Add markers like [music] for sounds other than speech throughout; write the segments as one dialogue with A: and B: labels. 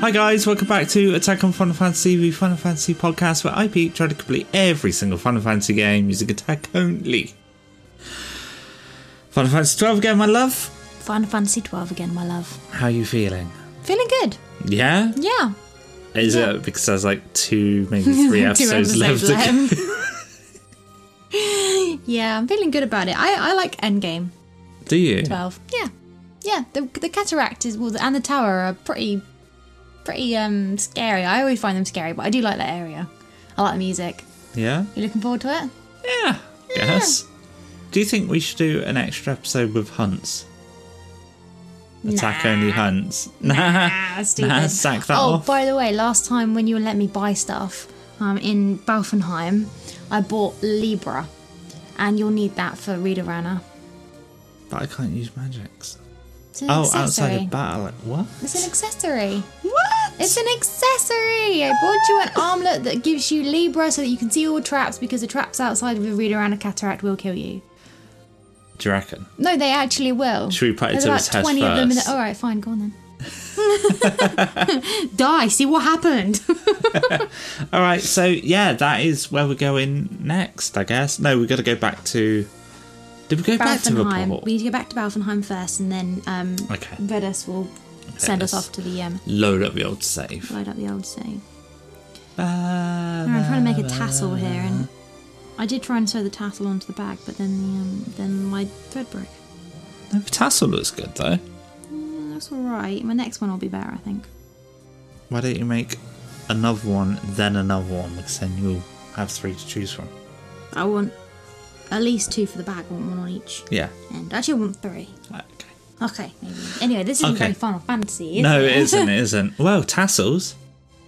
A: Hi guys, welcome back to Attack on Final Fantasy, the Final Fantasy podcast where I peep try to complete every single Final Fantasy game using attack only. Final Fantasy 12 again, my love.
B: Final Fantasy twelve again, my love.
A: How are you feeling?
B: Feeling good.
A: Yeah?
B: Yeah.
A: Is it because there's like two, [laughs] maybe
B: [laughs]
A: three episodes, left? to go?
B: left. [laughs] yeah, I'm feeling good about it. I, I like Endgame
A: Do you?
B: twelve. Yeah. Yeah. The the cataract is well, and the tower are pretty pretty um scary. I always find them scary, but I do like that area. I like the music.
A: Yeah?
B: You looking forward
A: [laughs]
B: to it?
A: Yeah. Yes. Do you think we should do an extra episode with hunts? Attack only hunts.
B: Ah,
A: [laughs]
B: stupid.
A: nah, sack that
B: oh,
A: off.
B: by the way, last time when you let me buy stuff um, in Balfenheim, I bought Libra, and you'll need that for Reader Runner.
A: But I can't use magics.
B: It's an
A: Oh,
B: accessory.
A: outside of battle. like, What?
B: It's an accessory.
A: What?
B: It's an accessory. I bought you an armlet that gives you Libra so that you can see all traps because the traps outside of the Reader Runner cataract will kill you.
A: Do you reckon?
B: No, they actually will.
A: Should we put it
B: There's
A: to a
B: about
A: test
B: twenty of them. In
A: first?
B: the- all right, fine, go on then.
A: [laughs]
B: Die. See what happened.
A: All right, so yeah, that is where we're going next, I guess. No, we got to go back to. Did we go [laughs] back to
B: Balfenheim.
A: report?
B: We need to go back to Balfenheim first, and then um,
A: Okay.
B: Redus will send us
A: Redus.
B: off to the um,
A: Load up the old save.
B: light up the old saying.
A: Ba-
B: I'm trying to make a tassel here, and I did try and sew the tassel onto the bag, but then the, um, then my thread broke.
A: No, the tassel looks good though.
B: Mm, That's all right. My next one will be better, I think.
A: Why don't you make another one, then another one, because then you'll have three to choose from.
B: I want at least two for the bag. I want one on each
A: Yeah.
B: end. Actually, I want three.
A: Okay.
B: Okay, maybe. Anyway, this isn't
A: Okay.
B: very Final Fantasy, is
A: no,
B: it?
A: it isn't. It
B: [laughs]
A: isn't. Well, tassels.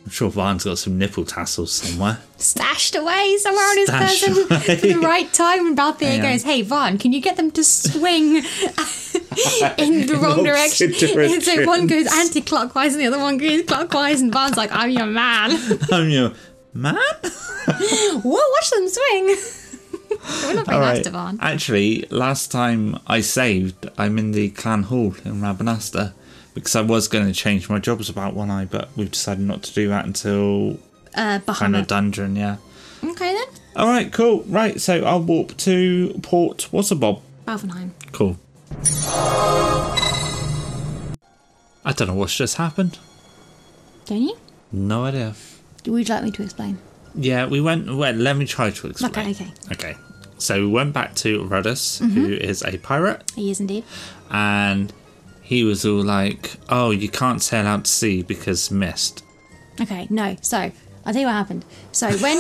A: I'm sure Van's got some nipple tassels somewhere. [laughs]
B: Stashed away somewhere on his
A: Stashed
B: person [laughs]
A: away.
B: for the right time, and Balthier
A: Hang on.
B: goes, "Hey, Vaughn, can you get them to
A: [laughs]
B: swing [laughs] in the wrong
A: opposite
B: direction?" And [laughs] so one goes
A: directions.
B: anti-clockwise, and the other one goes clockwise, and Vaughn's like, "I'm your man."
A: I'm your man.
B: Whoa, watch them swing. [laughs] We're not very nice to Vaughn.
A: Actually, last time I saved, I'm in the clan hall in Rabanasta because I was going to change my jobs about one eye, but we've decided not to do that until
B: Uh,
A: final
B: Bahamut.
A: dungeon. Yeah.
B: Okay then,
A: All right. Cool. Right. So I'll warp to Port Wasserbob.
B: Balfenheim.
A: Cool. I don't know what's just happened.
B: Don't you?
A: No idea.
B: Would you like me to explain?
A: Yeah, we went. Well, let me try to explain.
B: Okay, okay. Mm-hmm.
A: Okay. So we went back to Radus, who is a pirate.
B: He is indeed.
A: and he was all like, "Oh, you can't sail out to sea because mist."
B: Okay, no. So I'll tell you what happened. So when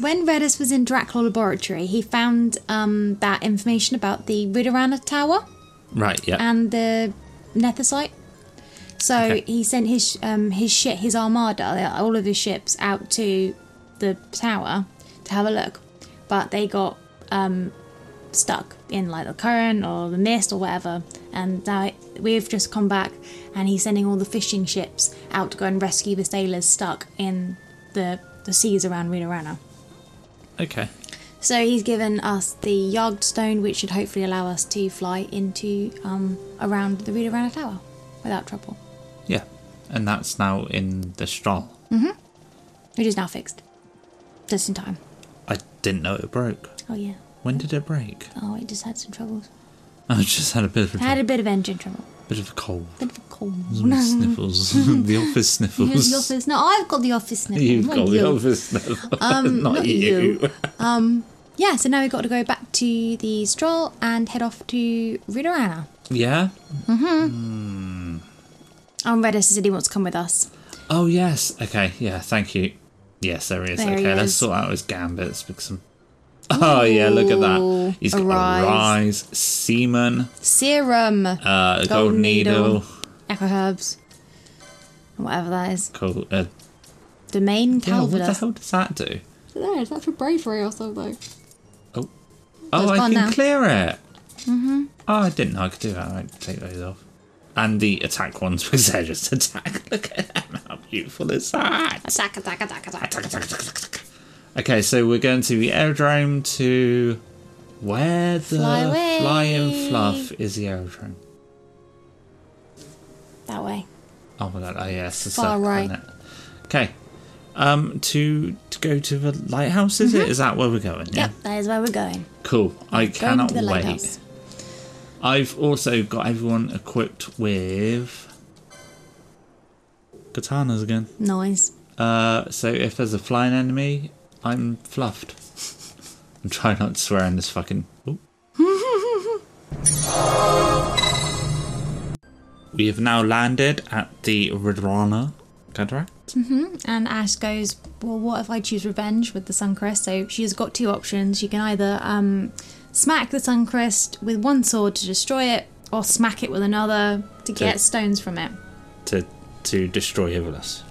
B: when Redis was in Dracula Laboratory, he found um, that information about the Ridorana Tower
A: Right? Yeah.
B: and the Nethersite. So
A: Okay.
B: he sent his um, his ship, his armada, all of his ships out to the tower to have a look, but they got um, stuck in like the current or the mist or whatever. And now we've just come back, and he's sending all the fishing ships out to go and rescue the sailors stuck in the the seas around Runarana.
A: okay.
B: So he's given us the Yard Stone, which should hopefully allow us to fly into um, around the Reader Runner Tower without trouble,
A: Yeah, and that's now in the straw.
B: which is now fixed. Just in time.
A: I didn't know it broke.
B: Oh yeah.
A: When did it break? [laughs]
B: Oh, it just had some troubles.
A: I just had a bit of a,
B: Had a bit of engine trouble.
A: bit of a cold, [laughs]
B: Bit of a cold.
A: sniffles, [laughs] the office
B: Here's
A: sniffles.
B: the office. No, I've got the office now.
A: You've
B: Not
A: got
B: you.
A: the office sniffles, [laughs] Um, not,
B: not
A: you.
B: you. Yeah, so now we've got to go back to the stroll and head off to Ridorana.
A: Yeah.
B: And Redis said he wants to come with us.
A: Oh yes. Okay. Yeah. Thank you. Yes, there he is.
B: There
A: okay,
B: he
A: let's
B: is.
A: sort out his gambits because. I'm... Oh yeah, look at
B: Ooh,
A: that. He's got
B: a
A: a
B: rise.
A: rise, seaman,
B: Serum.
A: uh, a golden,
B: Golden
A: needle.
B: needle. Echo herbs. And whatever that is.
A: Cool. Uh,
B: Domain
A: yeah,
B: Calvados.
A: what the hell does that do?
B: There, is that for bravery or something?
A: Oh, oh,
B: it's
A: I
B: gone
A: can
B: now.
A: clear it. Mm-hmm. Oh, I didn't know I could do that. I could take those off. And the attack ones [laughs] because they're just attack. [laughs] Look at them. How beautiful is that?
B: Attack, attack, attack, attack.
A: Attack, attack, attack, attack. Okay, so we're going to the aerodrome to where the
B: Fly away.
A: flying fluff is the aerodrome.
B: That way.
A: Oh my god! Oh yeah, it's the
B: Far
A: circle,
B: right.
A: isn't it? Okay. Um, to to go to the lighthouse is it? Is that where we're going? Yeah.
B: Mm-hmm. Yep, that is where we're going.
A: Cool. I
B: Going
A: cannot
B: to the
A: wait.
B: lighthouse.
A: I've also got everyone equipped with katanas again.
B: Nice.
A: Uh, so if there's a flying enemy, I'm fluffed. [laughs] I'm trying not to swear in this fucking.
B: [laughs]
A: Ooh. we have now landed at the Ridrona Cataract.
B: And Ash goes, Well, what if I choose revenge with the Suncrest? So she has got two options. She can either um, smack the Suncrest with one sword to destroy it, or smack it with another to get
A: To-
B: stones from it.
A: to to destroy Ivalis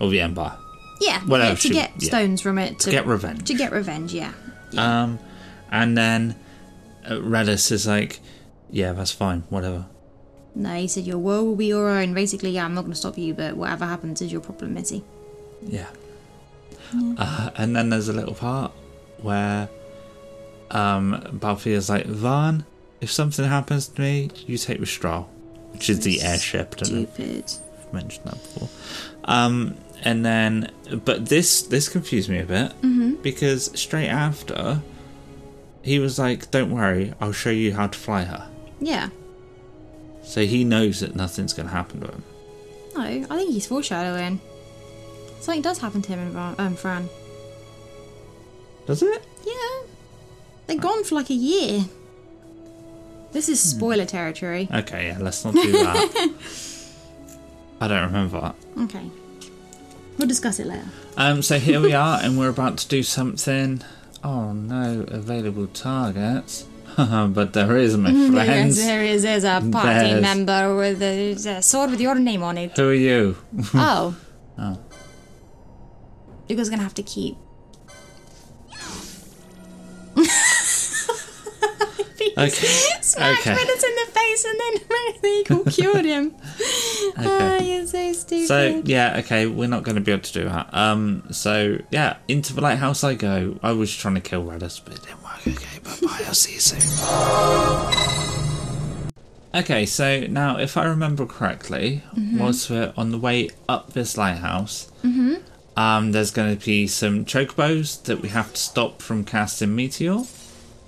A: or the Empire
B: Yeah,
A: Well,
B: yeah,
A: no,
B: to
A: she-
B: get
A: yeah.
B: stones from it. To,
A: to get revenge.
B: to get revenge, yeah.
A: Um, and then uh, Redis is like, yeah, that's fine, whatever.
B: No, he said, Your woe will be your own. Basically, yeah, I'm not going to stop you, but whatever happens is your problem, Missy.
A: Yeah.
B: Hmm.
A: Uh, and then there's a little part where um, Balthia's like, Van, if something happens to me, you take Mistral, which is the airship. I don't know
B: Stupid.
A: if I've mentioned that before. Um, and then, but this this confused me a bit
B: Mm-hmm,
A: because straight after, he was like, "Don't worry, I'll show you how to fly her."
B: Yeah.
A: So he knows that nothing's going to happen to him.
B: No, I think he's foreshadowing. Something does happen to him and Fran- um, Fran.
A: Does it?
B: Yeah. They're gone for like a year. This is spoiler territory.
A: Okay, yeah, let's not do [laughs] that. I don't remember that.
B: Okay. We'll discuss it later.
A: Um, so here we are, and we're about to do something. Oh no, available targets. [laughs] but [laughs] there is, my friends.
B: There is, there's a party
A: There's-
B: member with a, there's a sword with your name
A: [laughs]
B: on it.
A: Who are you?
B: oh. Oh. Hugo's gonna have to [laughs] keep. He
A: Okay,
B: [laughs] Smacked
A: okay.
B: Riddles in the face and then [laughs] the eagle
A: [laughs]
B: cured him. Ah, you're so stupid.
A: So yeah, okay, we're not going to be able to do that. Um, so yeah, into the lighthouse I go. I was trying to kill Radis, but it didn't work. Okay, bye bye. I'll see you soon. Okay, so now if I remember correctly, whilst we're on the way up this lighthouse, um, there's going to be some chocobos that we have to stop from casting meteor.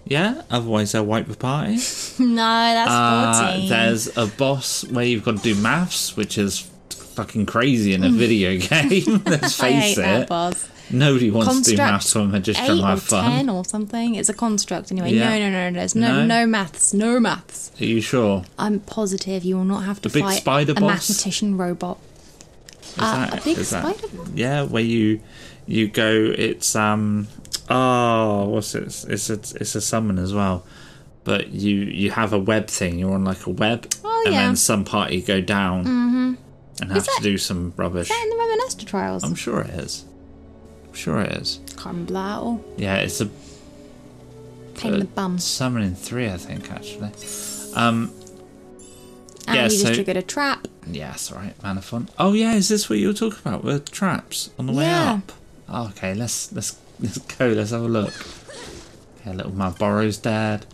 A: Yeah, otherwise they'll wipe the party.
B: no, that's
A: Uh,
B: 14.
A: there's a boss where you've got to do maths, which is fucking crazy in a video [laughs]
B: [laughs]
A: game. Let's face
B: Mm. I hate that
A: it.
B: boss.
A: Nobody wants to do
B: Construct
A: maths when they're just trying
B: Eight
A: to
B: or
A: have fun.
B: ten or something. It's a construct anyway.
A: Yeah.
B: No, no, no, no. There's no,
A: No?
B: no, maths. No maths.
A: Are you sure?
B: I'm positive you will not have to
A: big
B: fight
A: spider
B: a
A: boss?
B: mathematician robot.
A: Is
B: Uh, a big
A: is
B: spider boss?
A: Yeah, where you you go. It's um oh what's it? It's a it's a summon as well. But you you have a web thing. You're on like a web,
B: Oh,
A: and
B: yeah. Mm-hmm.
A: then some party go down and have
B: that-
A: to do some rubbish.
B: Is that in the Romanesca trials?
A: I'm sure it is. I'm sure it is.
B: Can't remember that at all.
A: Yeah, it's a
B: Pain in
A: uh,
B: the bum.
A: Summoning three, I think, actually. Um,
B: And
A: yeah,
B: we just
A: so-
B: triggered a trap.
A: yeah, that's all right, Manafon. Oh yeah, is this what you were talking about? The traps on the way
B: Yeah.
A: up. Oh, okay, let's let's let's go. Let's have a look. Okay, a little man borrows dad.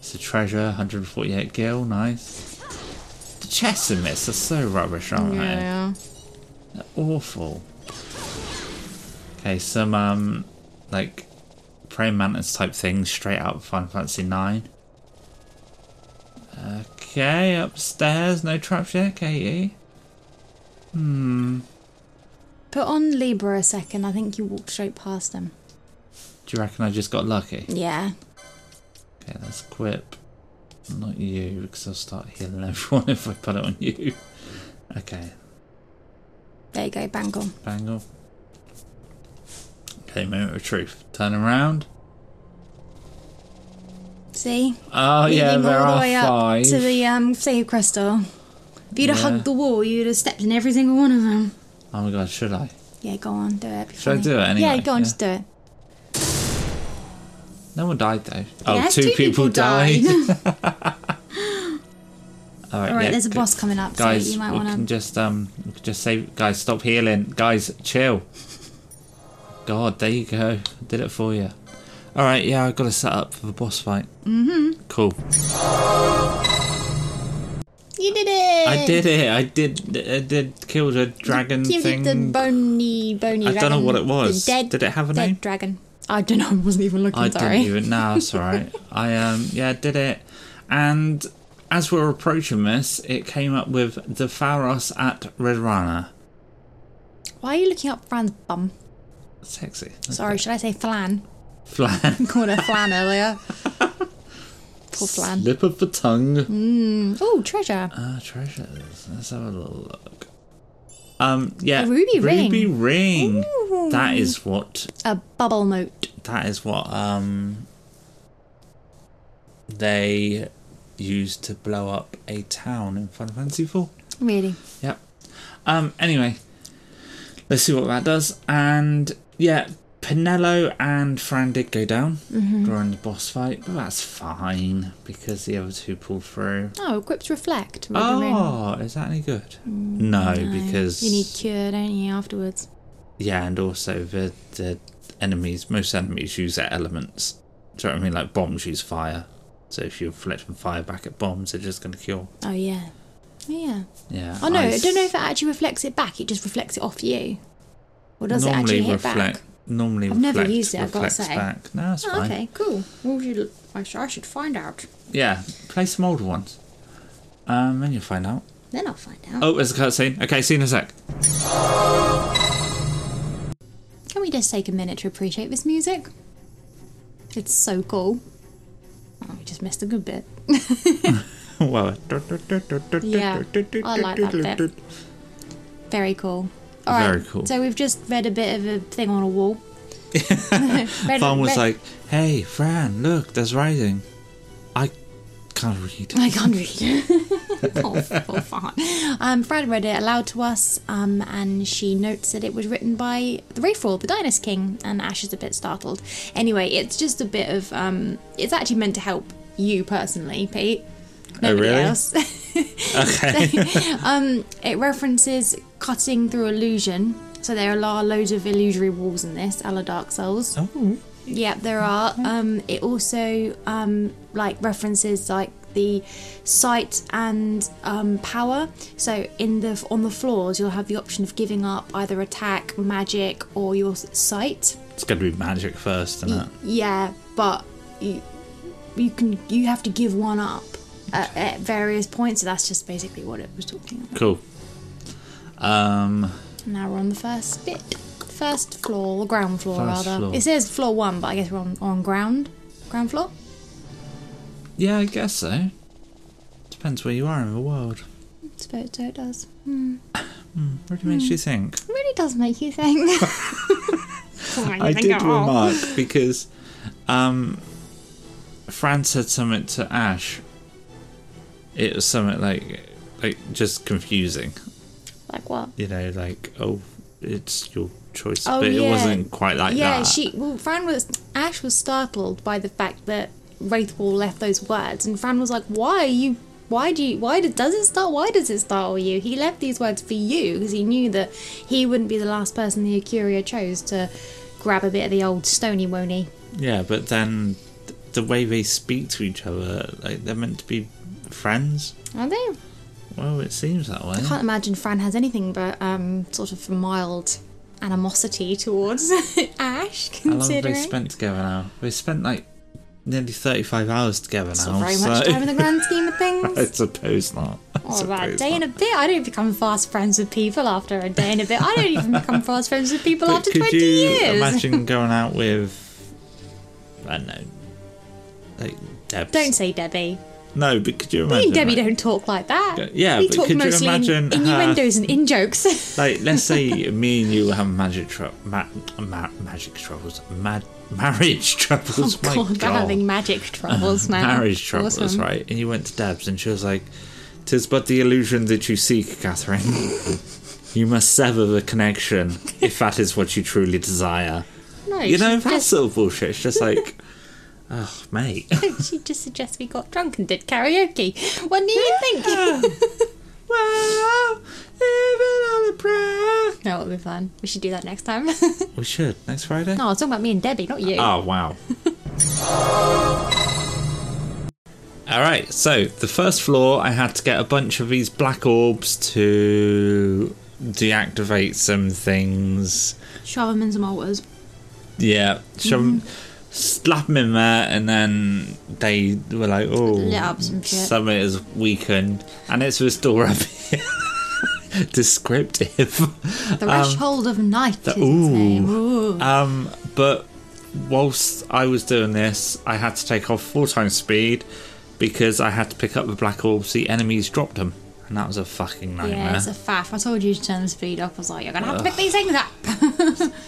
A: It's a treasure, 148 gil, nice. The chests in this are so rubbish, aren't they?
B: Yeah.
A: awful. Okay, some um like praying mantis type things straight out of Final Fantasy Nine. Okay, upstairs, no traps yet, Katie.
B: Put on Libra a second. I think you walked straight past him.
A: Do you reckon I just got lucky?
B: Yeah.
A: Okay, let's quip. Not you, because I'll start healing [laughs] everyone if I put it on you. Okay,
B: There you go, bang on.
A: Bangle. Okay, moment of truth. Turn around.
B: See?
A: Oh yeah,
B: Leading
A: there
B: all the
A: are
B: way
A: five.
B: up to the um, save crystal. If you'd have
A: Yeah.
B: hugged the wall, you'd have stepped in every single one of them.
A: Oh my god, should I?
B: Yeah, go on, do it. Be
A: Should I
B: funny.
A: do it anyway?
B: Yeah, go on,
A: Yeah.
B: just do it.
A: No one died though.
B: Yes,
A: two
B: two people [laughs]
A: [laughs] All right,
B: All right,
A: yeah,
B: there's a
A: g-
B: boss coming up,
A: Guys,
B: so you might
A: we can
B: want to.
A: just um, we can just say, guys, stop healing. Guys, chill. God, there you go. I did it for you. All right, yeah, I've got to set up for the boss fight. Mm-hmm. Cool.
B: You did it.
A: I did it. I did. I did kill the dragon
B: You
A: thing.
B: did the bony, bony.
A: I don't know
B: dragon.
A: what it was.
B: The dead,
A: Did it have a
B: dead
A: name?
B: dragon. I don't know. [laughs] I wasn't even looking.
A: I
B: sorry.
A: didn't even. No, it's all
B: [laughs]
A: right. I um yeah did it, and as we were approaching this, it came up with the Pharos at Red Rana.
B: Why are you looking up Fran's bum?
A: Sexy.
B: Sorry, should I say flan? [laughs]
A: Flan.
B: Called her flan
A: [laughs]
B: earlier. Poor flan.
A: Slip of the tongue.
B: Oh, treasure.
A: Ah, treasures. Let's have a little look. Um, yeah,
B: A ruby
A: ruby
B: ring.
A: ring.
B: Ooh.
A: That is what.
B: A bubble note.
A: That is what. Um, they used to blow up a town in Final Fantasy Four.
B: Really.
A: Yep. Um. Anyway, let's see what that does. And yeah, Pinello and Fran did go down
B: Mm-hmm.
A: during the boss fight, but that's fine because the other two pulled through.
B: Oh, equipped reflect. Ruby ring.
A: Oh, is that any good? No, Oh, because
B: Mm, You need cure, don't you, afterwards?
A: yeah, and also the the enemies. Most enemies use their elements. Do you know what I mean? Like bombs use fire, so if you reflect from fire back at bombs, they're just going to kill.
B: Oh, yeah. Yeah.
A: Yeah.
B: Oh, no, I
A: ice
B: don't know if it actually reflects it back. It just reflects it off you. Or does it actually hit back?
A: Normally,
B: I've never
A: reflect-
B: used it, I've gotta
A: reflects
B: say.
A: Back. No, that's
B: Oh,
A: fine.
B: okay, cool. Well, you, I, sh- I should find out.
A: Yeah, play some older ones. Um, and you'll find out.
B: Then I'll find out.
A: Oh, there's a cutscene. Okay, see you in a sec. [laughs]
B: Can we just take a minute to appreciate this music? It's so cool. Oh, we just missed a good bit.
A: wow.
B: Yeah, I like that bit.
A: [laughs]
B: Very cool. All right.
A: Very cool.
B: So we've just read a bit of a thing on
A: [laughs]
B: a wall. [laughs] Read-
A: Fran was
B: read-
A: like, "Hey, Fran, look, there's writing." I can't
B: [laughs]
A: read.
B: I can't read.
A: [laughs]
B: oh, poor fart. Um, Fran read it aloud to us, um, and she notes that it was written by the Wraithfall, the Dynast King, and Ash is a bit startled. Anyway, it's just a bit of. Um, it's actually meant to help you personally, Pete. Nobody
A: Oh, really?
B: else. [laughs]
A: Okay.
B: um, it references cutting through illusion. So there are loads of illusory walls in this, a la Dark Souls.
A: oh,
B: Yeah, there are. Um, it also um, like references like the sight and um, power. So in the on the floors, you'll have the option of giving up either attack, magic, or your s- sight.
A: it's gonna be magic first, isn't
B: Mm.
A: it?
B: Yeah, but you, you can you have to give one up at, at various points. So that's just basically what it was talking about.
A: Cool. Um,
B: Now we're on the first bit, first floor, ground floor
A: First
B: rather.
A: floor.
B: It says floor one, but I guess we're on on ground, ground floor.
A: yeah, I guess so. Depends where you are in the world.
B: suppose so it does.
A: Really
B: Hmm.
A: makes you think.
B: It really does make
A: [laughs]
B: you think. Why you
A: I
B: think
A: did
B: at all. [laughs]
A: remark because um, Fran said something to Ash. It was something like, like just confusing,
B: Like what?
A: you know, like oh, it's your choice,
B: Oh,
A: but
B: yeah.
A: it wasn't quite like
B: yeah,
A: that.
B: she. Well, Fran was. Ash was startled by the fact that Wraithwall left those words, and Fran was like, "Why are you? Why do you? Why do, does it start? Why does it startle you? He left these words for you because he knew that he wouldn't be the last person the Acuria chose to grab a bit of the old stony wony.
A: Yeah, but then th- the way they speak to each other, like they're meant to be friends.
B: Are they?
A: Well, it seems that way.
B: I can't imagine Fran has anything but um, sort of mild animosity towards [laughs] Ash,
A: How long have they
B: considering.
A: spent together now? They spent like nearly thirty-five hours together
B: It's
A: now.
B: not very much
A: so-
B: time in the grand scheme of
A: [laughs] I
B: things.
A: suppose not. I
B: Or about a
A: suppose
B: day
A: not.
B: and a bit. I don't become fast friends with people after a day and a bit. I don't
A: [laughs]
B: even become fast friends with people after
A: could
B: 20
A: you
B: years. [laughs]
A: imagine going out with I don't know, like Debs?
B: Don't say Debbie.
A: No, but could you
B: Me
A: imagine?
B: and Debbie
A: like,
B: don't talk like that.
A: Yeah,
B: we
A: but
B: talk
A: could you
B: mostly
A: imagine
B: in innuendos and in jokes.
A: Like, let's
B: [laughs]
A: say me and you were having magic tro- ma- ma- magic troubles, ma- marriage [laughs] troubles. my
B: Oh, [laughs] God,
A: God,
B: we're having
A: [laughs]
B: magic troubles now.
A: marriage troubles,
B: Awesome.
A: right? And you went to Debs, and she was like, "Tis but the illusion that you seek, Catherine." [laughs] You must sever the connection if that is what you truly desire.
B: No,
A: You know,
B: she
A: that
B: just,
A: sort of bullshit. It's just like, [laughs] oh, mate.
B: she just suggests we got drunk and did karaoke. What do you
A: [laughs]
B: think?
A: well, living on a prayer.
B: No, it'll be fun. We should do that next time. [laughs]
A: We should Oh, next Friday.
B: No, I was talking about me and Debbie, not you.
A: Oh wow. All All right. So the first floor, I had to get a bunch of these black orbs to deactivate some things.
B: Shove them in some altars.
A: Yeah, shove 'em-
B: Mm-hmm.
A: slap them in there, and then they were like, "Oh,
B: Lit up some shit."
A: summit is weakened, and it's restored up [laughs] here." Descriptive.
B: Threshold of Night
A: Um, the-
B: is its name.
A: ooh.
B: Ooh.
A: Um, but whilst I was doing this, I had to take off four times speed because I had to pick up the black orbs. The enemies dropped them, and that was a fucking nightmare.
B: yeah, it's a faff. I told you to turn the speed up. I was like, you're going to have to pick these things up.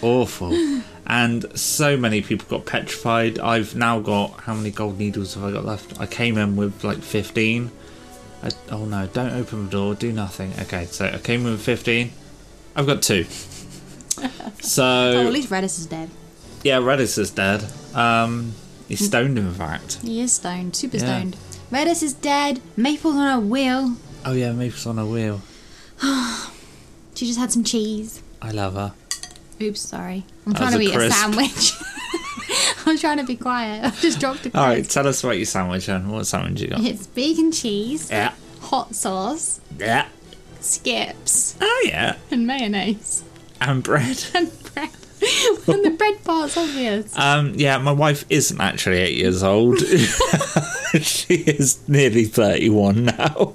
A: Awful.
B: [laughs]
A: And so many people got petrified. I've now got how many gold needles have I got left? I came in with like fifteen. I, oh no! Don't open the door. Do nothing. Okay, so I came in with fifteen. I've got
B: [laughs]
A: two. So
B: Oh, [laughs] at least Redis is dead.
A: Yeah, Redis is dead. Um,
B: Mm.
A: he's stoned, in fact.
B: He is stoned, super
A: Yeah.
B: stoned. Redis is dead. Maple's on a wheel.
A: Oh yeah, Maple's on a wheel.
B: She just had some cheese.
A: I love her.
B: Oops, sorry. I'm
A: That
B: trying to
A: was a
B: eat a
A: crisp.
B: sandwich. [laughs] I'm trying to be quiet. [laughs] I just dropped a crisp.
A: All right, tell us about your sandwich then. What sandwich you got?
B: It's bacon cheese,
A: Yeah,
B: hot sauce,
A: yeah.
B: skips,
A: Oh yeah,
B: and mayonnaise
A: and bread.
B: [laughs] and bread. and the bread part's [laughs] obvious.
A: Um, yeah, my wife isn't actually eight years old. [laughs] she is nearly thirty-one now.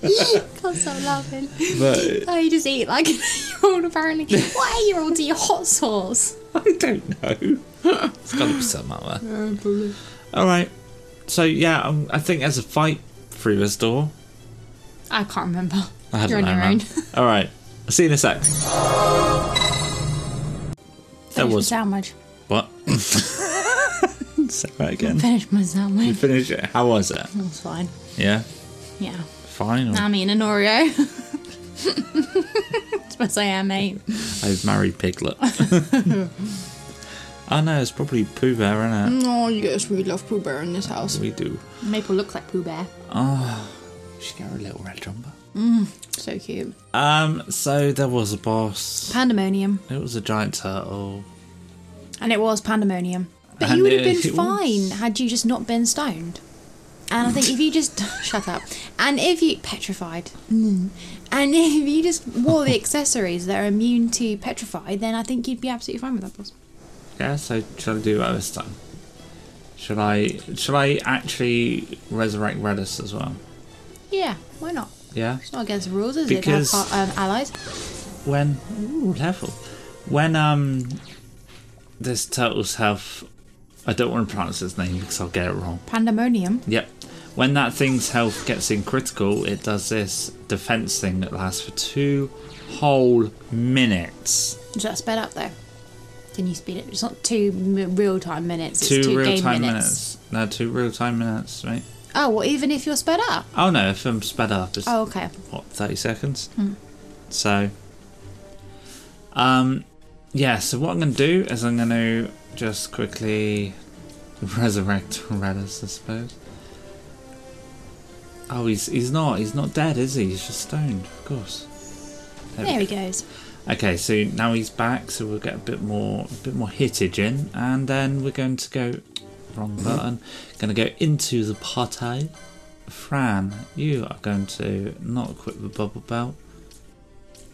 B: Can't stop laughing.
A: But
B: Oh, you just eat like [laughs] a year-old apparently. What eight-year-old do you hot sauce?
A: I don't know. It's got to be some other. All right. So yeah, um, I think there's a fight through this door.
B: I can't remember.
A: I don't
B: You're on
A: know,
B: your
A: man.
B: own.
A: All right. I'll see you in a
B: [laughs]
A: sec. That
B: Finish my
A: was
B: sandwich.
A: what? [laughs] Say that again.
B: Finish my
A: [laughs]
B: sandwich.
A: Finish it. How was it?
B: That's fine.
A: Yeah.
B: Yeah.
A: Fine. or-
B: I mean, an Oreo. [laughs] Suppose I am, mate.
A: I've married Piglet. [laughs] I know it's probably Pooh Bear, innit?
B: Oh, you guys really love Pooh Bear in this house.
A: We do.
B: Maple looks like Pooh Bear.
A: She got her little red jumper.
B: So cute.
A: Um. So there was a boss.
B: Pandemonium.
A: It was a giant turtle.
B: And it was pandemonium. But
A: And
B: you would have
A: it-
B: been
A: it
B: fine
A: was.
B: had you just not been stoned. And I think if you just [laughs] shut up, and if you petrified, [laughs] Mm. and if you just wore the accessories that are immune to petrify, then I think you'd be absolutely fine with that boss.
A: Yeah. So shall I do that this time? Should I? Should I actually resurrect Redis as well?
B: Yeah, why not?
A: Yeah.
B: It's not against the rules, is it? to have
A: Because-
B: par- um, allies.
A: when ooh, level when um this turtle's health I don't want to pronounce his name because I'll get it wrong.
B: Pandemonium.
A: Yep. When that thing's health gets in critical, it does this defense thing that lasts for two whole minutes.
B: Is that sped up though? Can you speed it? It's not two m- real time minutes. It's two, game
A: real-time
B: minutes.
A: No, two real time minutes, right?
B: Oh, well, even if you're sped up.
A: Oh no, if I'm sped up, it's
B: Oh, okay.
A: what thirty seconds. So, um, yeah. So what I'm going to do is I'm going to just quickly [laughs] resurrect Redis, I suppose. Oh, he's he's not he's not dead, is he? He's just stoned, of course. There we
B: There he goes.
A: Okay, so now he's back, so we'll get a bit more a bit more hitage in, and then we're going to go wrong button. Going to go into the party. Fran, you are going to not equip the bubble belt,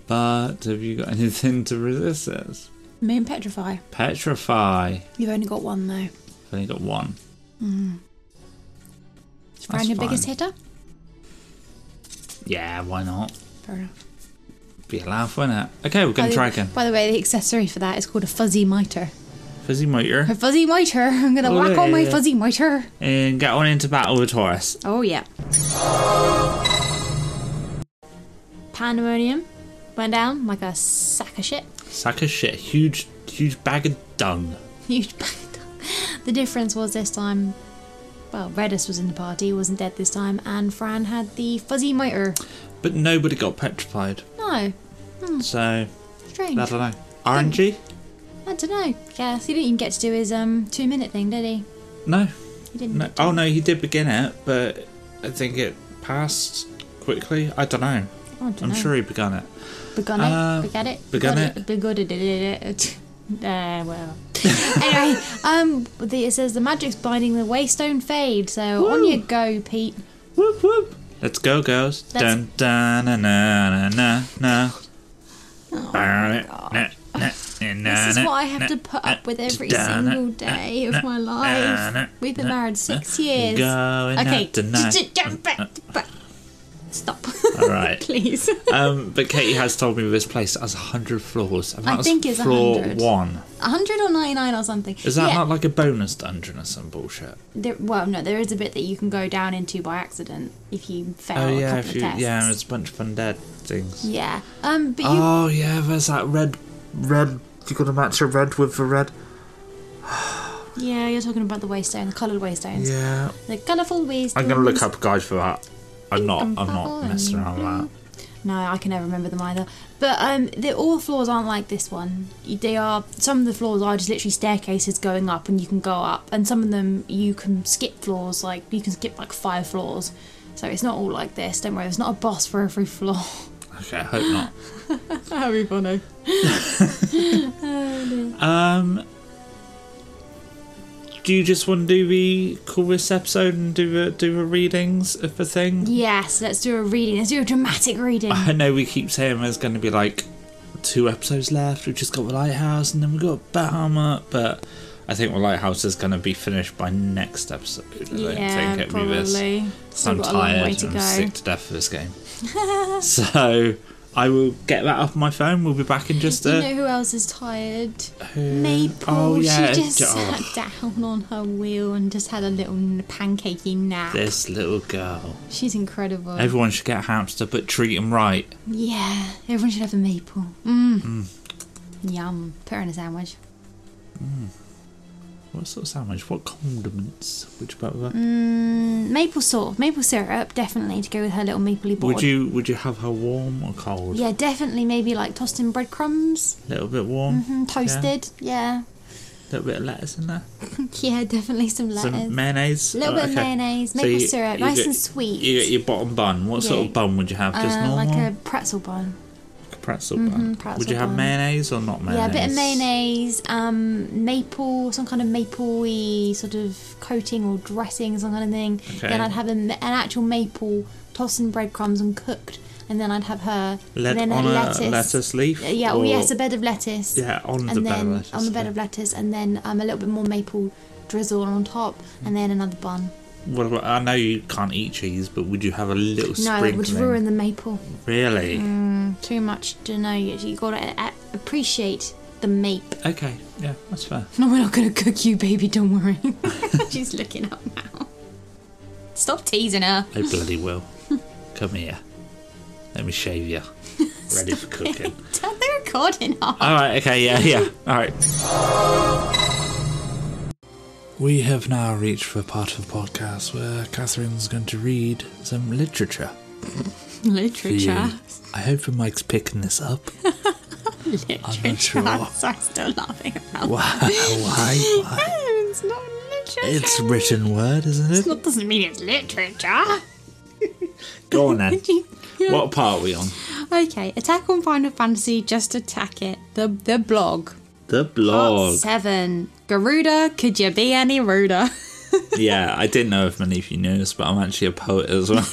A: but have you got [laughs] anything to resist this?
B: Moon petrify.
A: Petrify.
B: You've only got one though.
A: I've only got one.
B: It's Fran
A: That's
B: your biggest
A: fine.
B: hitter.
A: Yeah, why not?
B: Fair enough.
A: Be a laugh, won't it? Okay, we're going to
B: By the-
A: try again.
B: By the way, the accessory for that is called a fuzzy mitre.
A: Fuzzy motor
B: A fuzzy mitre. [laughs] I'm gonna
A: Oh,
B: whack on my
A: yeah.
B: fuzzy mitre.
A: and get on into battle with Taurus.
B: Oh yeah. Pandemonium went down like a sack of shit. [laughs]
A: Sack of shit, huge huge bag of dung.
B: huge bag of dung. The difference was this time, well, Redis was in the party, wasn't dead this time, and Fran had the fuzzy mitre.
A: But nobody got petrified.
B: No,
A: So
B: strange.
A: I don't know. RNG?
B: I don't know. Guess he didn't even get to do his um two minute thing, did he?
A: No.
B: He didn't.
A: no.
B: get to-
A: Oh no, he did begin it, but I think it passed quickly. I don't know.
B: I don't
A: I'm
B: know.
A: sure he begun it.
B: Begun
A: uh,
B: it. Begat it.
A: begun
B: Begot it. Begooded it. [laughs] Uh, well, anyway, um, the, it says the magic's blinding the waystone fade. So on
A: Woo.
B: you go, Pete.
A: Whoop whoop. Let's go, girls.
B: Let's-
A: Dun dun na na na na na.
B: Oh, This is what I have to put up with every single day of my life. We've been married six years.
A: Going
B: Okay,
A: out tonight. Uh,
B: stop,
A: All right.
B: [laughs] please.
A: [laughs] Um, but Katie has told me this place has 100 floors. And
B: I
A: that was
B: think it's
A: floor
B: 100.
A: one.
B: 199 or something.
A: Is that
B: yeah,
A: not like a bonus dungeon or some bullshit?
B: there, well, no, there is a bit that you can go down into by accident if you fail
A: oh,
B: a
A: yeah.
B: couple
A: If
B: of
A: you,
B: tests.
A: yeah, it's a bunch of undead things.
B: Yeah. Um, but you
A: Oh, yeah, there's that red. Red. You're going to match a red with the red.
B: Yeah, you're talking about the waystones, the coloured waystones.
A: Yeah.
B: The colourful waystones.
A: I'm going to look up a guide for that. I'm not. I'm not
B: Purple
A: messing
B: and-
A: around with that.
B: [laughs] No, I can never remember them either. But um, the, all floors aren't like this one. They are some of the floors are just literally staircases going up, and you can go up. And some of them you can skip floors, like you can skip like five floors. So it's not all like this. Don't worry, there's not a boss for every floor.
A: Okay, I hope not.
B: [laughs] That'd be funny.
A: Um, do you just want to do the call this episode and do the do the readings of the thing?
B: Yes, let's do a reading. Let's do a
A: [laughs]
B: dramatic reading.
A: I know we keep saying there's going to be like two episodes left. We've just got the lighthouse and then we have got Bahama, but I think the lighthouse is going to be finished by next episode. I don't think
B: yeah,
A: it'll be this.
B: probably.
A: 'Cause I'm
B: We've got a long
A: tired.
B: way
A: and
B: to
A: I'm
B: go.
A: sick to death of this game. [laughs] so I will get that off my phone. We'll be back in just
B: Do
A: a.
B: you know who else is tired?
A: Who-
B: Maple.
A: Oh, yeah.
B: She just
A: Jo- oh,
B: sat down on her wheel and just had a little n- pancakey nap.
A: this little girl.
B: She's incredible.
A: Everyone should get a hamster, but treat him right.
B: yeah, everyone should have a maple. Mm. Yum. Put her in a sandwich.
A: What sort of sandwich? What condiments? Which part of that?
B: Mm, maple sauce, maple syrup, definitely to go with her little mapley board.
A: Would you would you have her warm or cold?
B: Yeah, definitely. Maybe like tossed in breadcrumbs,
A: A little bit warm.
B: mm, toasted. Yeah.
A: A little bit of lettuce in there.
B: yeah, definitely some Mm. lettuce.
A: Some mayonnaise.
B: Little bit of mayonnaise, maple syrup, nice and sweet.
A: You get your bottom bun. What sort
B: Yeah.
A: of bun would you have? Just
B: uh,
A: normal.
B: like a pretzel bun.
A: pretzel bun.
B: pretzel
A: would you have
B: bun.
A: mayonnaise or not mayonnaise?
B: Yeah, a bit of mayonnaise, um, maple, some kind of mapley sort of coating or dressing, some kind of thing.
A: Okay.
B: Then I'd have a, an actual maple tossed in breadcrumbs and cooked, and then I'd have her
A: Let
B: and then
A: on
B: a
A: a
B: lettuce.
A: lettuce leaf.
B: Uh, Yeah, oh
A: or-
B: yes, a bed of lettuce.
A: Yeah, on the
B: and
A: bed
B: then
A: of lettuce.
B: on the bed
A: yeah.
B: of lettuce, and then um, a little bit more maple drizzle on top, and then another bun.
A: What about, I know you can't eat cheese, but would you have a little
B: No, that would
A: sprinkling?
B: ruin Mm. the maple.
A: Really?
B: Too much to know. You you gotta a- a- appreciate the mape.
A: Okay, yeah, that's
B: [laughs]
A: fair.
B: No, we're not going to cook you, baby, don't worry. [laughs] She's looking up now. Stop teasing her.
A: I Oh, bloody will. Come here. Let me shave
B: [laughs]
A: you. Ready for cooking.
B: Turn the recording off.
A: All right. Okay. Yeah. Yeah. All right. We have now reached the part of the podcast where Catherine's going to read some literature. for you.
B: Literature.
A: I hope the mic's picking this up. [laughs]
B: Literature.
A: sure.
B: [laughs] Sorry, still laughing [laughs] about
A: Why? Why?
B: [laughs] No,
A: Why?
B: it's not literature.
A: It's written word, isn't it?
B: That doesn't mean it's literature.
A: Go on then. [laughs] What part are we on?
B: [laughs] Okay, Attack on Final Fantasy, just attack it. The the blog.
A: The
B: Part
A: blog.
B: seven. Garuda, could you be any ruder?
A: yeah, I didn't know if many of you knew this, but I'm actually a poet as
B: [laughs]
A: well.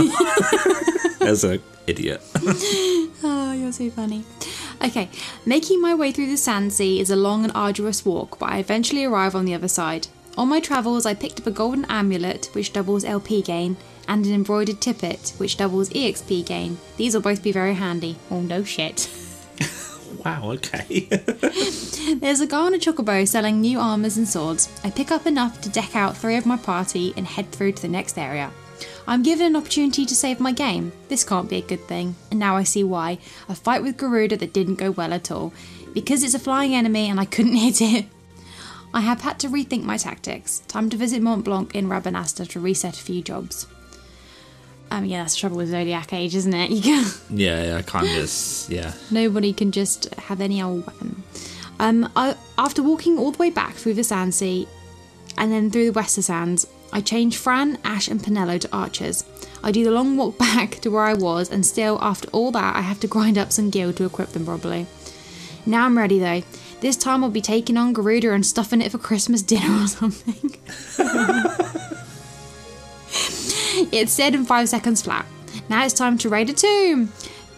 A: as a idiot.
B: Oh, you're so funny. Okay, making my way through the sand sea is a long and arduous walk, but I eventually arrive on the other side. On my travels, I picked up a golden amulet, which doubles LP gain, and an embroidered tippet, which doubles EXP gain. These will both be very handy. Oh, no shit. [laughs]
A: Wow. Okay.
B: There's a guy on a chocobo selling new armours and swords. I pick up enough to deck out three of my party and head through to the next area. I'm given an opportunity to save my game. This can't be a good thing, and now I see why. A fight with Garuda that didn't go well at all. Because it's a flying enemy and I couldn't [laughs] hit it. I have had to rethink my tactics. Time to visit Mont Blanc in Rabanasta to reset a few jobs. Um, yeah, that's the trouble with Zodiac Age, isn't it? [laughs] You can
A: [laughs] yeah, yeah, I can't just. Yeah.
B: Nobody can just have any old weapon. Um, I, after walking all the way back through the sand sea and then through the Wester Sands, I change Fran, Ash, and Pinello to archers. I do the long walk [laughs] back to where I was, and still, after all that, I have to grind up some gear to equip them properly. Now I'm ready though. This time we'll be taking on Garuda and stuffing it for Christmas dinner or [laughs] something. it's said in five seconds flat. Now it's time to raid a tomb.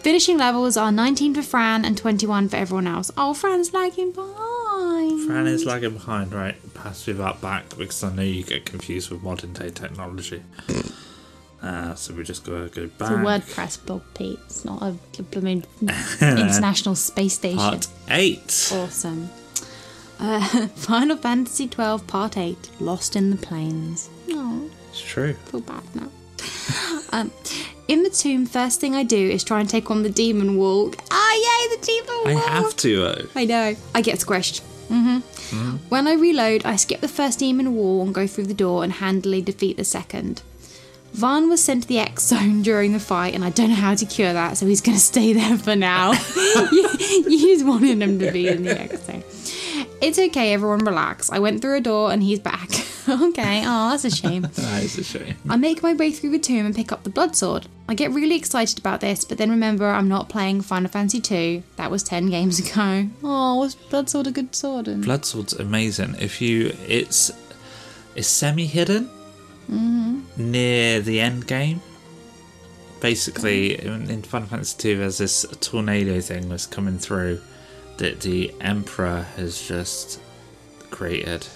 B: Finishing levels are 19 for Fran and 21 for everyone else. Oh, Fran's lagging behind.
A: Fran is lagging behind, right? Pass without back because I know you get confused with modern day [sighs] technology. uh, so we just gotta go back.
B: It's a WordPress blog, Pete. It's not a,
A: [laughs]
B: I mean, international space station.
A: Part eight.
B: Awesome. Uh, [laughs] Final Fantasy XII Part 8 Lost in the Plains. Oh,
A: It's true.
B: I feel bad now. [laughs] um, in the tomb, first thing I do is try and take on the demon walk. Ah, yay, the demon
A: I
B: walk!
A: have to though.
B: I know. I get squished. hmm When I reload, I skip the first demon wall and go through the door and handily defeat the second. Vaughn was sent to the X zone [laughs] during the fight, and I don't know how to cure that, so he's going to [laughs] stay there for [laughs] now. you, you just wanted him to be in the X zone. It's okay, everyone, relax. I went through a door and he's back. [laughs] okay, oh, that's a shame.
A: That is a shame.
B: I make my way through the tomb and pick up the blood sword. I get really excited about this, but then remember I'm not playing Final Fantasy 2. That was 10 [laughs] games ago. Oh, was blood sword a good sword? And
A: Blood sword's amazing. If you, it's, it's semi hidden near the end game. Basically, in, in Final Fantasy II, there's this tornado thing that's coming through that the Emperor has just created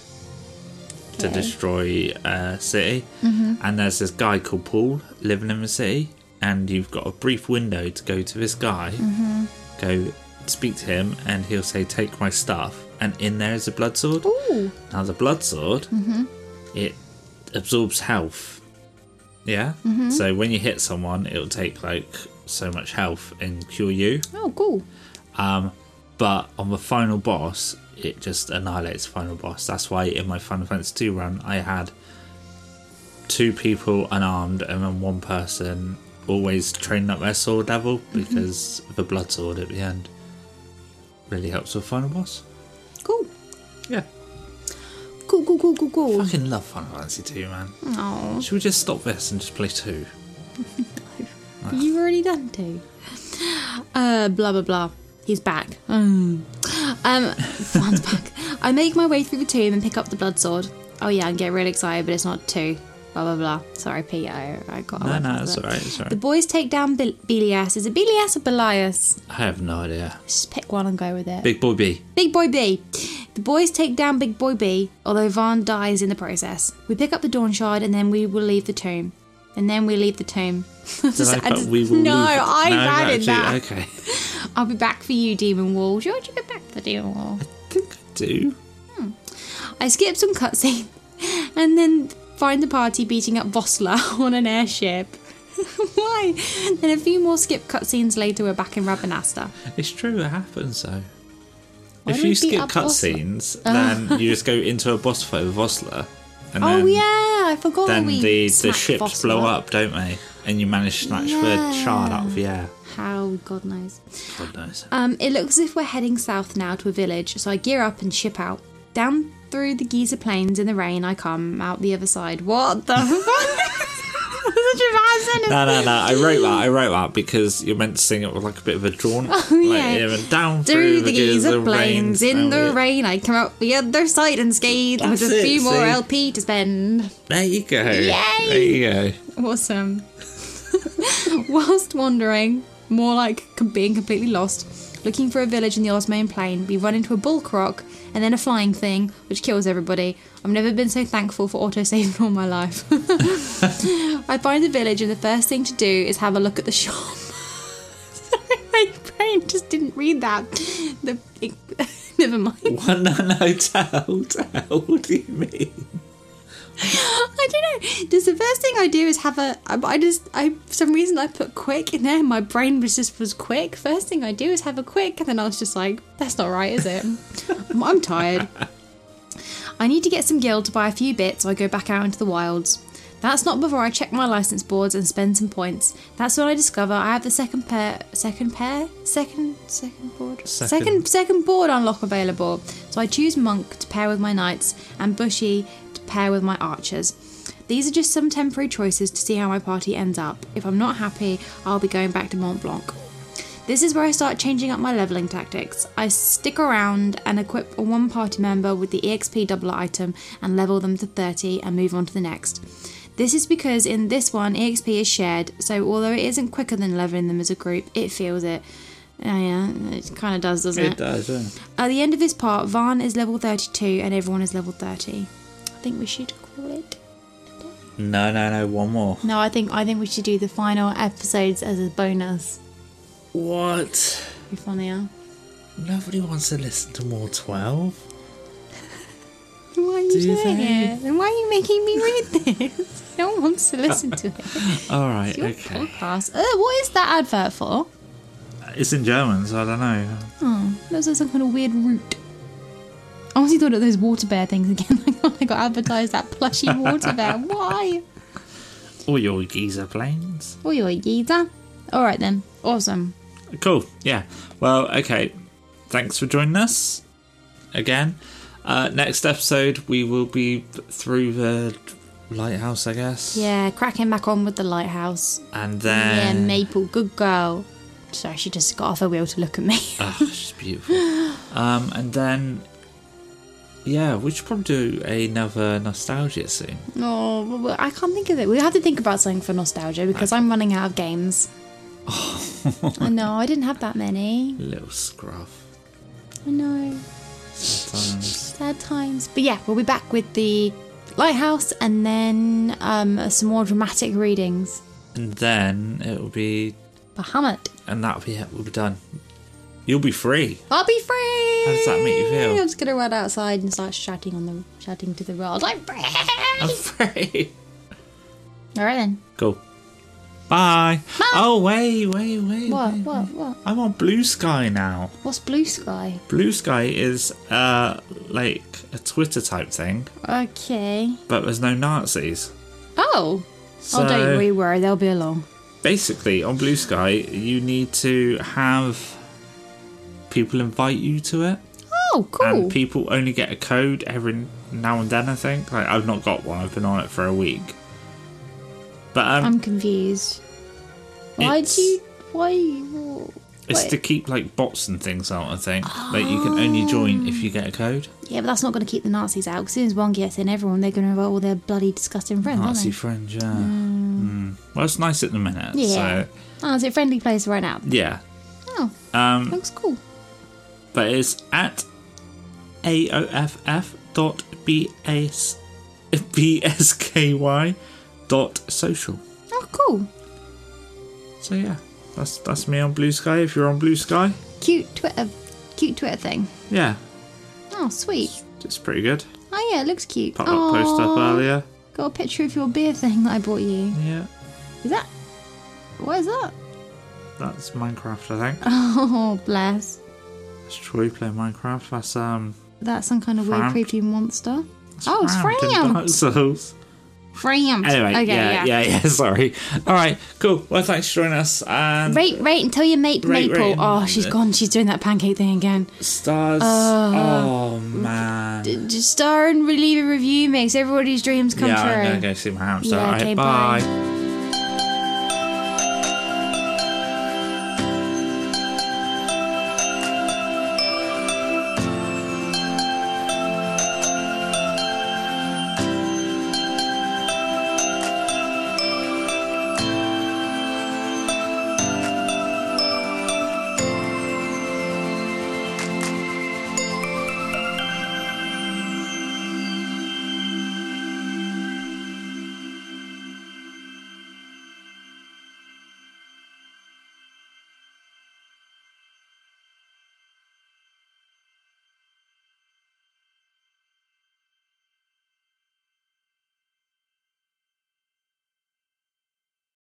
A: to destroy a city. And there's this guy called Paul living in the city, and you've got a brief window to go to this guy, go speak to him, and he'll say, "Take my stuff." And in there is a blood sword.
B: Ooh.
A: Now the blood sword, it absorbs health. Yeah. So when you hit someone, it'll take like so much health and cure you.
B: Oh, cool.
A: Um, but on the final boss, it just annihilates the final boss. That's why in my Final Fantasy 2 run, I had two people unarmed and then one person always training up their sword level because the blood sword at the end really helps with final boss.
B: Cool.
A: Yeah.
B: Cool, cool, cool, cool, cool.
A: Fucking love Final Fantasy 2, man.
B: Oh,
A: Should we just stop this and just play 2?
B: you've already done two. Uh, blah, blah, blah. He's back. Mm. [gasps] Um, Vaughn's back. I make my way through the tomb and pick up the blood sword. Oh, yeah, I get really excited, but it's not two. Blah, blah, blah. Sorry, Pete, I, I got
A: No,
B: away from
A: no, it's
B: that.
A: alright, it's
B: The
A: alright.
B: boys take down Bil- Belias. Is it Belias or Belias?
A: I have no idea.
B: Let's just pick one and go with it. Big,
A: Big Boy B.
B: Boy B. The boys take down Big Boy B, although Vaughn dies in the process. We pick up the Dawn Shard and then we will leave the tomb. And then we leave the tomb. [laughs]
A: Did I put "Oh, we will
B: no,
A: leave-
B: I
A: No,
B: added
A: actually,
B: that.
A: Okay. [laughs]
B: I'll be back for you, Demon Wall. George, you be back for Demon Wall.
A: I think I do.
B: I skip some cutscene [laughs] and then find the party beating up Vosla [laughs] on an airship. Why? Then a few more skip cutscenes later, we're back in Rabanasta.
A: It's true, it happens though.
B: Why
A: if
B: do we
A: you
B: beat
A: skip
B: up Vosla? [laughs]
A: cutscenes, then you just go into a boss fight with Vosla. And
B: Oh
A: then,
B: yeah, I forgot
A: Then
B: that we
A: the, the
B: smacked
A: ships
B: Vosla.
A: blow up, don't they? And you manage to snatch the shard out of the air.
B: How God knows.
A: God knows.
B: Um, it looks as if we're heading south now to a village, so I gear up and ship out. Down through the Giza plains in the rain, I come out the other side.
A: [laughs]
B: What the? fuck? Such a bad sentence.
A: No, no, no. I wrote that. I wrote that because you're meant to sing it with like a bit of
B: [laughs]
A: a drawn.
B: Oh, yeah.
A: Like, even down
B: Through the
A: Giza
B: Giza
A: rains,
B: plains in
A: and Oh,
B: the
A: we-
B: rain, I come out the other side unscathed with
A: That's
B: a
A: it,
B: few more
A: see?
B: LP to spend.
A: There you go.
B: Yay!
A: There you go.
B: [laughs] Awesome. um, Whilst wandering, more like com- being completely lost, looking for a village in the Osmian Plain, we run into a bulk rock and then a flying thing, which kills everybody. I've never been so thankful for autosave in all my life. [laughs] I find the village, and the first thing to do is have a look at the shop. [laughs] Sorry, my brain just didn't read that. The, it, [laughs] never mind.
A: Well, no, no, tell, tell. What do [laughs] you mean?
B: [laughs] I don't know. Just the first thing I do is have a. um, I, I just. I for some reason I put quick in there. My brain was just was quick. First thing I do is have a quick, and then I was just like, "That's not right, is it?" [laughs] I'm, I'm tired. I need to get some gil to buy a few bits. So I go back out into the wilds. That's not before I check my license boards and spend some points. That's when I discover I have the second pair, second pair, second, second board,
A: Second.
B: second, second board unlock available. So I choose monk to pair with my knights and bushy to pair with my archers. These are just some temporary choices to see how my party ends up. If I'm not happy, I'll be going back to Mont Blanc. This is where I start changing up my leveling tactics. I stick around and equip one party member with the E EXP doubler item and level them to 30 and move on to the next. This is because in this one, EXP is shared, so although it isn't quicker than leveling them as a group, it feels it. Oh yeah, it kind of does, doesn't it?
A: It does, yeah.
B: At the end of this part, Varn is level 32 and everyone is level 30. I think we should call it.
A: No, no, no, one more.
B: No, I think I think we should do the final episodes as a bonus.
A: What?
B: Be funnier.
A: Nobody wants to listen to more 12.
B: Why are you
A: Do you
B: doing
A: think?
B: it? Then why are you making me read this? [laughs] No one wants to listen
A: [laughs]
B: to it.
A: Alright,
B: Your
A: okay.
B: podcast. Uh, what is that advert for?
A: It's in German, so I don't know.
B: Oh, those are some kind of weird root. I honestly thought of those water bear things again. [laughs] Like when I got advertised that plushy
A: [laughs]
B: water bear. Why?
A: All your geezer planes.
B: Oh, you're a geezer. All right then. Awesome.
A: Cool. Yeah. Well, okay. Thanks for joining us again. Uh, next episode, we will be through the lighthouse, I guess.
B: Yeah, cracking back on with the lighthouse.
A: And
B: Yeah,
A: then.
B: Maple, good girl. Sorry, she just got off her wheel to look at me. [laughs]
A: Ah, she's beautiful. um, and then. Yeah, we should probably do another nostalgia soon.
B: Oh, well, well, I can't think of it. We have to think about something for nostalgia because I'm running out of games.
A: [laughs]
B: I know, I didn't have that many.
A: Little scruff.
B: I know,
A: Sometimes.
B: sad times. But yeah, we'll be back with the lighthouse and then um, some more dramatic readings.
A: And then it will be.
B: Bahamut.
A: And that'll be it. We'll be done. You'll be free. [laughs]
B: I'll be free.
A: How does that make you feel?
B: I'm just gonna run outside and start shouting on the shouting to the world. I'm free.
A: I'm free.
B: All right then.
A: Cool. Bye. Oh wait, wait, wait.
B: What?
A: wait,
B: What?
A: wait.
B: What?
A: I'm on Blue Sky now.
B: What's blue sky?
A: Blue Sky is uh like a Twitter type thing,
B: Okay.
A: but there's no Nazis.
B: Oh.
A: So
B: oh, don't you worry. They'll be along.
A: basically, on Blue Sky, you need to have people invite you to it,
B: Oh, cool.
A: and people only get a code every now and then. I think like I've not got one. I've been on it for a week, but um,
B: I'm confused. Why
A: It's-
B: do you? Why? you-
A: It's
B: Wait.
A: to keep like bots and things out. I think like you can only join if you get a code.
B: Yeah, but that's not going to keep the Nazis out. 'cause as soon as one gets in, everyone they're going to have all their bloody disgusting friends,
A: Nazi
B: aren't
A: friends, yeah. Mm. Well, it's nice at the minute.
B: they? Yeah.
A: So
B: Oh, is it a friendly place right now?
A: yeah.
B: Oh,
A: Um,
B: looks cool.
A: but it's at aoff dot bs bsky dot social.
B: Oh, cool.
A: So yeah, that's that's me on Blue Sky. If you're on Blue Sky,
B: Cute Twitter, cute Twitter thing.
A: yeah,
B: Oh, sweet.
A: it's pretty good.
B: Oh yeah, it looks cute.
A: Pop that post up
B: Aw.
A: earlier.
B: Got a picture of your beer thing that I bought you.
A: Yeah,
B: Is that? What is that?
A: that's Minecraft. I think
B: [laughs] Oh, bless.
A: it's Troy playing Minecraft. That's um.
B: That's some kind of
A: Framped.
B: weird, creepy monster. Oh, it's
A: Framped in Dark
B: framed.
A: Souls.
B: Framed.
A: Anyway,
B: okay,
A: yeah, yeah, [laughs] yeah, Sorry. All right, cool. Well, thanks for joining us. And
B: Rate, rate, and tell your mate
A: Rate,
B: Maple.
A: rate, and-
B: oh, she's gone. She's doing that pancake thing again.
A: stars.
B: Uh,
A: oh man.
B: D- Just star and leave a review. Makes everybody's dreams come
A: yeah,
B: true.
A: I'm gonna go see my hamster.
B: Yeah,
A: All right,
B: okay,
A: bye.
B: bye.